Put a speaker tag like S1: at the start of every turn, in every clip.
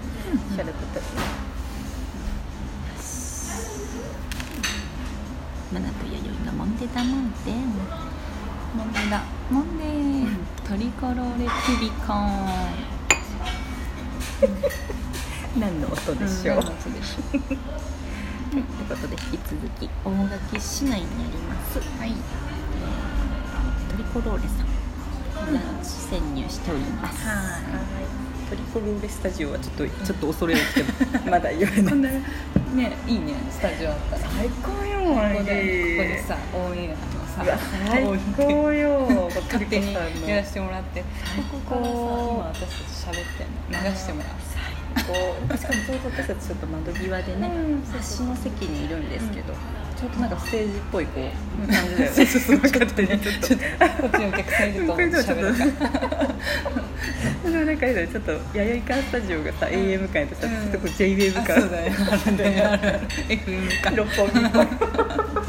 S1: しゃることに
S2: マナと弥生がもんでだもんでもんでだもんでトリコローレピビコン
S1: 何の音でし
S2: う
S1: ょう、
S2: んなんかそうでしょはいということで引き続き大垣市内にありますはいトリコローレさんが潜入しております、
S1: トリコローレスタジオはちょっとちょっと恐れをきて まだ言えない
S2: こんなねいいねスタジオあったらこ
S1: 最高よ
S2: こ
S1: マ
S2: でこ
S1: ジ
S2: こでさオンエア
S1: う
S2: の
S1: わ
S2: さ
S1: 最高よ
S2: 勝手に
S1: トリコさんの
S2: やらせてもらってここからさ今
S1: 高
S2: 私たち喋ってんの流してもらう
S1: こうしかもちょうど私たちちょっと窓際 でね、
S2: うん
S1: 端の席にいるんですけど、ちょっとなんかステージっぽいこう、
S2: うん
S1: 感じだよね。
S2: そうそう
S1: 勝手にちょっと。ちょっ
S2: こっちのお客さんいると喋るから
S1: となんかあれだよちょっと弥生館スタジオがさ、AM 館やとさ、
S2: うん
S1: ちょっとこう JWAVE
S2: あ
S1: 感。
S2: そうだよあるねあるある FM か
S1: 六本木っぽい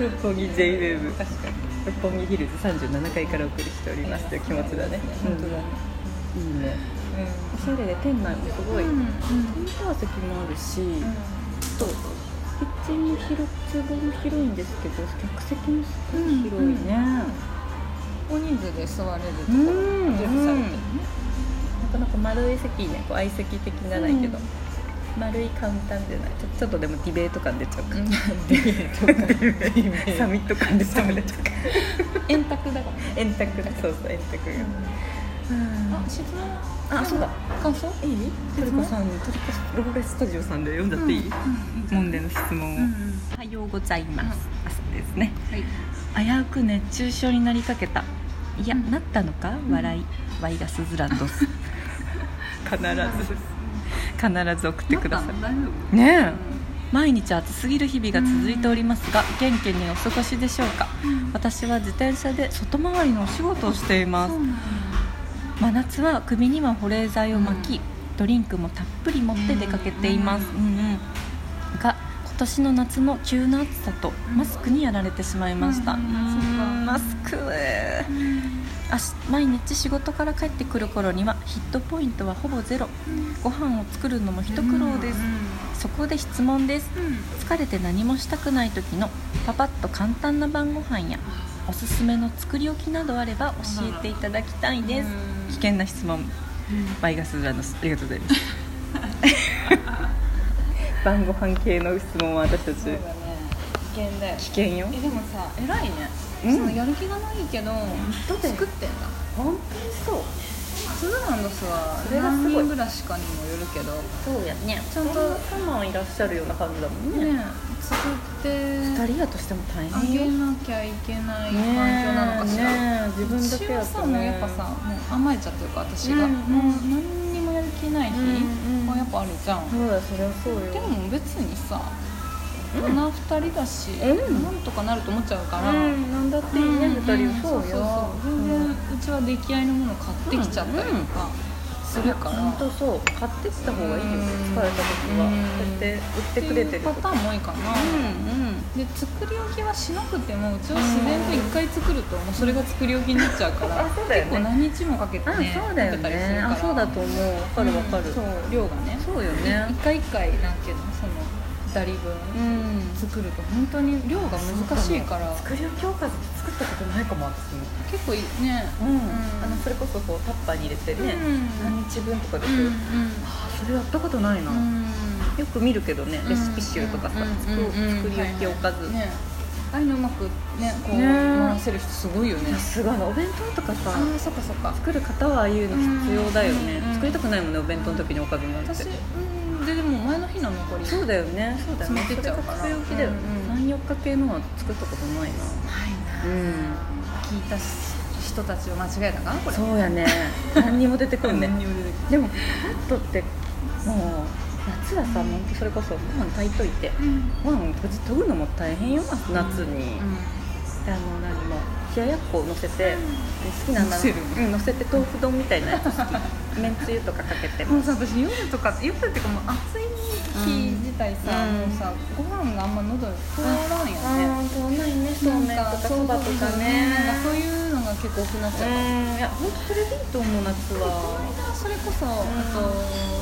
S1: 六本木 JWAVE
S2: 確かに
S1: 六本木ヒルズ37階からお送りしておりますという気持ちだね
S2: 本当だね
S1: うんいいね
S2: うん
S1: おしゃれで店内もすごい、
S2: うん
S1: インター席もあるし、とキッチンも広厨房も広いんですけど客席もすごい広いね
S2: 大人数で座れると
S1: うん、
S2: ころ準備されてるね
S1: なかなか丸い席ねこう相席的じゃないけど、
S2: う
S1: 丸いカウンターじゃないちょちょっとでもディベート感出ちゃうか、
S2: ディベートかディベ
S1: サ
S2: ー
S1: ミット感出ちゃう出ちゃうか
S2: ト円卓だからね
S1: 円卓だそうそう円卓が、うん
S2: あ質問
S1: あそうだ
S2: 感想
S1: いいトリコさんにトリコローレスタジオさんで読んじゃっていい、
S2: うん
S1: モンデの質問を、おはようございます、朝ですね
S2: はい
S1: 危うく熱中症になりかけたいや、
S2: うん
S1: なったのか笑い、ワイガスズランドス必ず必ず送ってくださ
S2: なんか大丈
S1: いねえ、
S2: 夫
S1: 毎日暑すぎる日々が続いておりますが元気にお過ごしでしょうか私は自転車で外回りのお仕事をしています
S2: そうなんだ
S1: 真夏は首には保冷剤を巻き、
S2: うん
S1: ドリンクもたっぷり持って出かけています、
S2: う
S1: うんうんが今年の夏の急な暑さとマスクにやられてしまいました、
S2: うんうん
S1: マスクあし毎日仕事から帰ってくる頃にはヒットポイントはほぼゼロご飯を作るのも一苦労です、そこで質問です
S2: うんうん
S1: 疲れて何もしたくない時のパパッと簡単な晩ご飯やおすすめの作り置きなどあれば教えていただきたいです、
S2: うん
S1: 危険な質問バイガスラのありがとうございます 晩ご飯系の質問は私たち
S2: そうだね危険だよ
S1: 危険よ
S2: えでもさ偉いね、
S1: うん
S2: そのやる気がないけど
S1: って
S2: 作ってんだ
S1: 本当にそう
S2: スズランドスは
S1: それがすご
S2: 何
S1: い
S2: 人ぐらいしかにもよるけど
S1: そうやね
S2: ちゃんと
S1: マンいらっしゃるような感じだもん
S2: ね作って
S1: 二人やとしても大
S2: あ
S1: 変よ
S2: げなきゃいけない環境
S1: ね
S2: なのかしら、
S1: ね自分だけ
S2: 私は
S1: やとね
S2: さもうやっぱさもう甘えちゃってるから私が、
S1: うん
S2: もう何にもやる気ない日
S1: うんうん
S2: はやっぱあるじゃん、
S1: そうだそりゃそうよ
S2: でも別にさこんな2人だし、
S1: うん
S2: なんとかなると思っちゃうから、
S1: うんなんだっていいね二人
S2: ん
S1: そうよ
S2: そう全然うちは出来合いのもの買ってきちゃったりとかするから、
S1: 本当そう買ってきた方がいいよ
S2: うん
S1: 疲れた時は
S2: うん
S1: こうやって売ってくれてる
S2: パターンもいいかな、
S1: うんうん
S2: で作り置きはしなくてもうちは自然と1回作るともうそれが作り置きになっちゃうから
S1: あそうだよね
S2: 結構何日もかけて
S1: あ
S2: ね
S1: そうだよ
S2: 食べたりする
S1: ね
S2: から
S1: あそうだと思うわかるわかる、
S2: うんそう量がね
S1: そうよね
S2: 1回1回なんけどその2人分
S1: ん
S2: 作ると本当に量が難しいから
S1: 作り置きおかずって作ったことないかも私も
S2: 結構いいね
S1: うん、
S2: ん
S1: あのそれこそこうタッパーに入れてね、
S2: うん
S1: 何日分とかで
S2: う
S1: しょ、
S2: んうん
S1: あそれやったことないな、よく見るけどねレシピ集とかさ、作
S2: うんうん
S1: 作り置きおかず、
S2: ねああいうのうまくねこう
S1: ね
S2: 回せる人すごいよね
S1: さすがのお弁当とかさ
S2: ああそっかそっか
S1: 作る方はああいうの必要だよね、
S2: うん
S1: 作りたくないもんねお弁当の時におかずになって
S2: 私うんででも前の日の残り
S1: そうだよねそうだよね
S2: 詰めてっちゃうから
S1: それが作り置きだよね、
S2: うん
S1: 三四日系のは作ったことないな
S2: はいな
S1: うん
S2: 聞いた人たちを間違えたかなこれ
S1: そうやね何にも出てこんね
S2: 何にも出て
S1: でもホットってもう夏はさ、もうそれこそご飯炊いといて
S2: こないう
S1: ご飯
S2: ん
S1: 閉じ研ぐのも大変よ夏に、
S2: うん
S1: であの何も冷ややっこを乗せて、好きな
S2: 乗せる
S1: うん、乗せて豆腐丼みたいなやつ好 きめんつゆとかかけて
S2: も
S1: も
S2: うさ私夜とか夜っていうかもう暑い日自体さ、
S1: うん
S2: もうさご飯があんま喉に通らんよね、
S1: そうないね
S2: なんそうそうそうなんかそういうのが結構多くなっちゃう、
S1: うんいや本当それでいいと思う夏
S2: この
S1: は
S2: 間それこそ、あと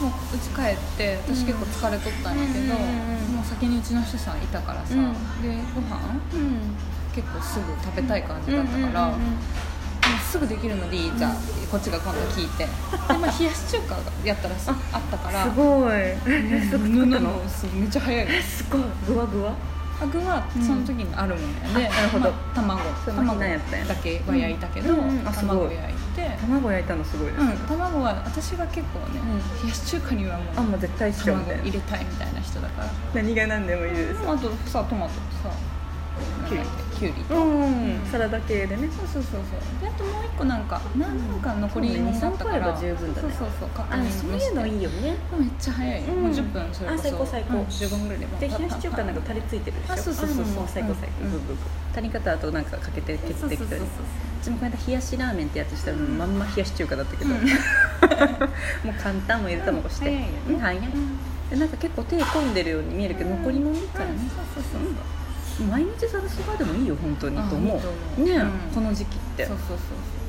S2: もううち帰って私結構疲れとったんやけど、
S1: うんうんうんうん
S2: もう先にうちの人さんいたからさ、
S1: うん
S2: でご飯
S1: うん
S2: 結構すぐ食べたい感じだったから、
S1: うんうんうんうん
S2: もうすぐできるのでいいじゃあこっちが今度聞いてで、まあ、冷やし中華やったらさあったから
S1: すごい えすごい
S2: 布のそうめっちゃ早い
S1: えすごいグワグワ
S2: アグは
S1: うん
S2: その時にあるもんやで、
S1: あなるほど
S2: まあ卵
S1: その日
S2: 卵
S1: なんやったんや
S2: だけは焼いたけど、
S1: うんうんあすごい
S2: 卵焼いて、
S1: 卵焼いたのすごいです
S2: うん、卵は私が結構ね、冷やし中華にはも
S1: あ
S2: う
S1: もう絶対一緒み
S2: 卵
S1: たい
S2: 入
S1: な
S2: れたいみたいな人だから
S1: 何が何でもいいです
S2: あとさトマトとさ
S1: きゅうり
S2: なんだっけきゅうりと、
S1: うんサラダ系でね
S2: そうそうそうそうであともう一個なんかななんか残り
S1: そうね
S2: 物だった
S1: 二三個
S2: か
S1: あれ
S2: ら
S1: ば十分だね
S2: そうそうそう確
S1: あ
S2: 認
S1: そういうの
S2: して
S1: いいよね
S2: めっちゃ早いよ、
S1: うん
S2: もう10分それこ
S1: あ
S2: そ
S1: 最高最高
S2: うん15分ぐらいでもう
S1: で冷やし中華なんかタレついてるでしょ
S2: あそうそうそうそう
S1: あもう最高最高
S2: うん
S1: ブブブ足り方あとなんかかけて
S2: そう
S1: 削
S2: そ
S1: ってきた
S2: うそうそう
S1: りうちもこの間冷やしラーメンってやつしたらまんま冷やし中華だったけど、
S2: うん
S1: もう簡単もゆで卵して、
S2: うん早いよね
S1: うん早いでなんか結構手込んでるように見えるけど、残りもんだからね、
S2: そうそうそうそう
S1: 毎日ざるそばでもいいよ本当に
S2: あ
S1: と思
S2: いいと
S1: う
S2: 思う
S1: ねえ、
S2: うん
S1: この時期って
S2: そうそう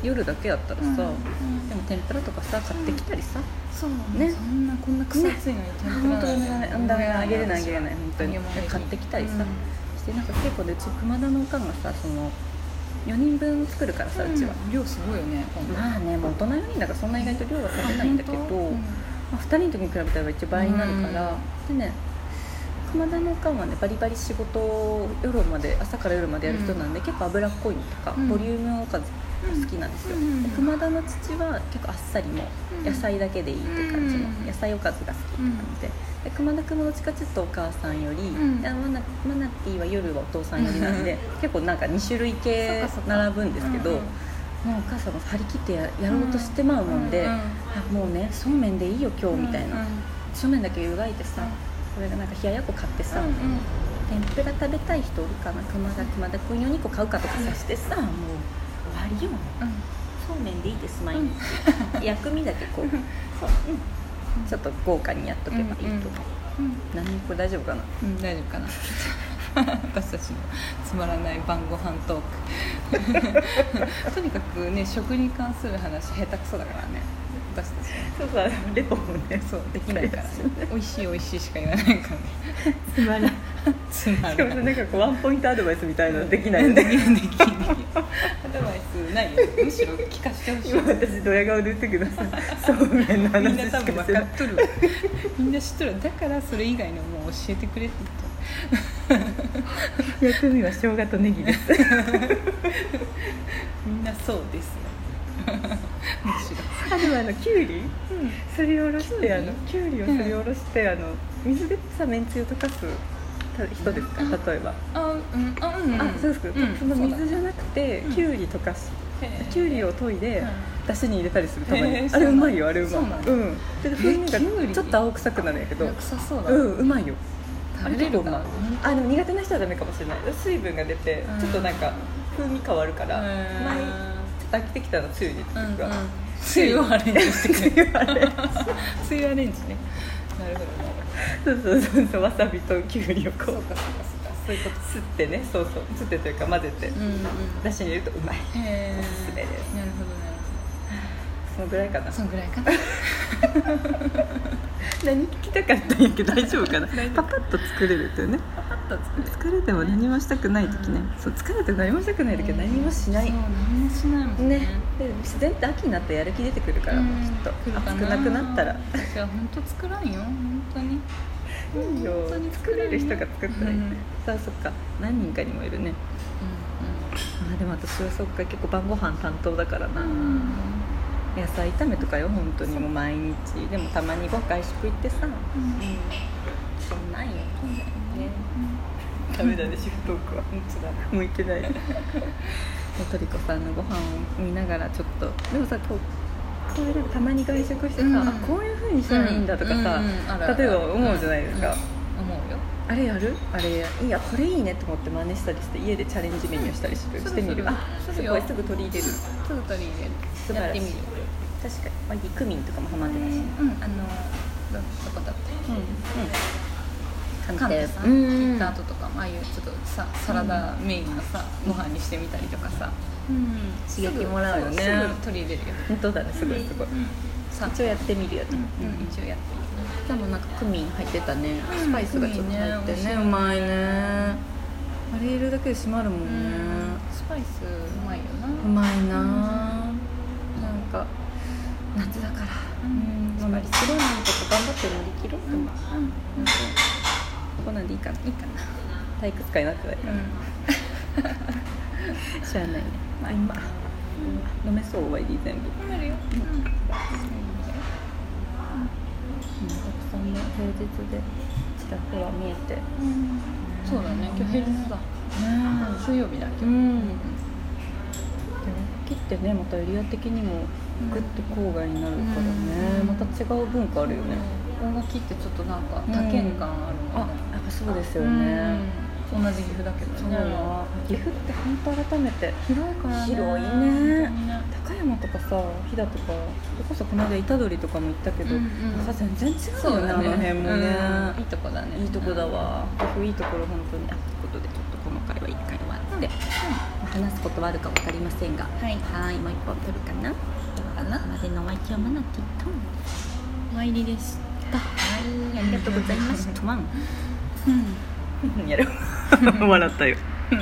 S1: 夜だけだったら
S2: そう
S1: さ、
S2: うん
S1: でも天ぷらとかさ買ってきたりさ、
S2: そう
S1: ね
S2: ねそんなこんな草ついのに
S1: あ
S2: 天ぷ
S1: 本
S2: ら
S1: 当だめだめだめあげれないあげれ
S2: い
S1: ない本当に
S2: 揚げ物できる
S1: 買ってきたりさ、
S2: うん
S1: してなんか結構ねうち熊田のおかんがさその4人分作るからさうちは、
S2: 量すごいよね今度
S1: まあねもう大人4人だからそんな意外と量は食べないんだけど、
S2: あ本
S1: まあ、2人の時に比べたら一応倍になるから、でね熊田のおかんはねバリバリ仕事を夜まで朝から夜までやる人なんで、結構脂っこいのとか、
S2: うん
S1: ボリュームおかずが好きなんですよ、
S2: うん
S1: で熊田の父は結構あっさりも
S2: うん
S1: 野菜だけでいいって感じの、
S2: うん
S1: 野菜おかずが好きって感じでで熊田君もどっちかちょっとお母さんより、
S2: ん
S1: でマナマナティーは夜はお父さんよりなんで、結構なんか2種類系
S2: そっかそっか
S1: 並ぶんですけど、
S2: うんうん
S1: もうお母さんも張り切ってややろうとしてまうもんで、
S2: うんうん
S1: あもうねそうめんでいいよ今日みたいな、
S2: うんうん
S1: そうめんだけ湯がいてさ、
S2: うん
S1: これがなんか冷ややっこ買ってさ、
S2: うんうん
S1: 天ぷら食べたい人おるかな熊田熊田君用2個買うかとかさしてさ、もう終わりよ
S2: うん
S1: そうめんでいいです毎日、薬味だけこうそう、うん、ちょっと豪華にやっとけばいいと思う、
S2: うん
S1: 何これ大丈夫かな
S2: うん、大丈夫かな 私たちのつまらない晩ご飯トーク とにかくね食に関する話下手くそだからね私たちは
S1: そうさレポもね
S2: そうできないから美味しい美味しいしか言わないからね
S1: つまらない
S2: つまら
S1: しか
S2: な
S1: も
S2: い
S1: なんかこうワンポイントアドバイスみたいなのできないんで
S2: できないできないアドバイスないよむしろ聞かしてほしい
S1: 今私ドヤ顔で言ったけどさ そうめんの
S2: み
S1: 話
S2: んな
S1: し
S2: 多
S1: か
S2: 分
S1: してな
S2: 分か
S1: い
S2: っとるわみんな知っとるわだからそれ以外のもう教えてくれって
S1: 薬味は生姜とネギです
S2: 言ったみんなそうですよむしろ
S1: あでもあのきゅうりすりおろして
S2: きゅうり
S1: あのきゅうりをすりおろして、あの水でさめんつゆ溶かすた人ですか例えば、
S2: あうんあうんん
S1: あそうですか、
S2: ん
S1: その
S2: そうだ
S1: 水じゃなくて
S2: うん
S1: きゅうり溶かす
S2: へー
S1: きゅうりを研いで、
S2: うん
S1: だしに入れたりするたまに、
S2: へー
S1: あれうまいよあれうまい
S2: そうなんだ
S1: うんちょっと風味が
S2: えきゅうり
S1: ちょっと青臭くなるんやけど
S2: 臭そうだ
S1: う
S2: ね、
S1: んうまいよ
S2: 食べれる
S1: あ
S2: な
S1: れ結構うまいあでも苦手な人はダメかもしれない水分が出て
S2: うん
S1: ちょっとなんか風味変わるから前ちょっと飽きてきたのつゆに
S2: うんうん
S1: 僕は
S2: つゆをアレンジしてくれる
S1: あれ
S2: つゆアレンジねなるほど
S1: そうそうそうそうわさびときゅうりをこ
S2: そう
S1: う
S2: かそうかそうかそういうこと
S1: すってねそうそうすってというか混ぜて、
S2: うんうん
S1: だしに入れるとうまい
S2: へー
S1: おすすめです
S2: なるほどなる
S1: そのぐらいかな
S2: ほどそのぐらいかな
S1: 何聞きたかったんやけど大丈夫かなパパッと作れるっていうね
S2: パパッと作れ
S1: 疲
S2: る
S1: れても何もしたくない時ね、そう疲れても何もしたくない時は何もしない、
S2: そう何もしないもんね
S1: ねで自然って秋になったらやる気出てくるから、
S2: うん
S1: きっと
S2: 来るか
S1: 暑くなくなったら
S2: 私は本当作らんよ本当に
S1: いいよ
S2: 本当に
S1: 作れる人が作ったらいいね、
S2: うん
S1: さあそっか何人かにもいるね
S2: う
S1: あでも私はそっか結構晩ご飯担当だからな、
S2: んうん
S1: 野菜炒めとかよ本当にもう毎日でもたまにご外食行ってさ
S2: うんうん
S1: そんなんよねダメだねシフトークは
S2: 本当だ
S1: 向いてない トリコさんのご飯を見ながらちょっとでもさこうこれでもたまに外食してさ、
S2: うん
S1: あこういうふうにしたらいいんだとかさ、
S2: うんうんあるある
S1: 例えば思うじゃないですか、
S2: うん思うよ
S1: あれやるあれいやこれいいねと思って真似したりして家でチャレンジメニューしたりして,、
S2: うん
S1: してみ
S2: す
S1: る
S2: るする
S1: あす
S2: する
S1: ごい
S2: よ
S1: すぐ取り入れる
S2: ちょっと取り入
S1: 素晴
S2: れるや
S1: らし
S2: っ
S1: てい
S2: みる
S1: 確かに、まあ、リクミンとかもハマってたし、ね
S2: うんあのどどこだったっ
S1: うんうん
S2: けカンテさん
S1: う
S2: 切
S1: ん
S2: った後とかああいうちょっとさサラダメインのさご飯にしてみたりとかさ
S1: うん刺激もらうよね
S2: すぐすぐ取り入れるよ
S1: 本当だねすごいすごい
S2: さ
S1: 一応やってみるよね、
S2: うん一応やってみる
S1: 今日もなんかクミン入ってたね、
S2: うん
S1: スパイスがちょっと入って
S2: クミンね美味し
S1: ね
S2: いう
S1: まいねあれ入れるだけで締まるも
S2: うん
S1: ね、
S2: んスパイスうまいよな
S1: うまいななんか夏だから
S2: うん
S1: 乗り切ろうなんとか頑張って乗り切ろうと思って、
S2: うん
S1: こんなんでいいかないいかな体育使いなくなる
S2: うん
S1: 知らないねうまうん飲めそう終わり全部
S2: 頑張るよ
S1: お客さんも平日でちらほら見えて
S2: うんそうだね今日平日だ水曜日だ
S1: う
S2: 今日
S1: んでも秋ってねまたエリア的にもグッと郊外になるからね、
S2: うん
S1: また違う文化あるよね、
S2: 音楽ってちょっとなんか多見感ある
S1: あ
S2: もんね
S1: やっぱそうですよね、
S2: うん同じ岐阜だけど
S1: そう
S2: ね
S1: だな岐阜って本当改めて
S2: 広いからね
S1: 広いね高山とかさ飛騨とかそれこそこの間虎杖とかも行ったけど、
S2: うんうん
S1: なんか全然違う
S2: そう
S1: よね
S2: だ
S1: あ
S2: ね
S1: の辺もね、
S2: うんいいとこだね
S1: いいとこだわ、いいところ本当にあということでちょっとこの回は1回終わって、話すことはあるか分かりませんが
S2: はい
S1: はいもう1本取るかな
S2: かな
S1: ここまでのお相手はマナティと
S2: 参りでし
S1: はいありがとうございますトワン
S2: た
S1: やろ笑ったよ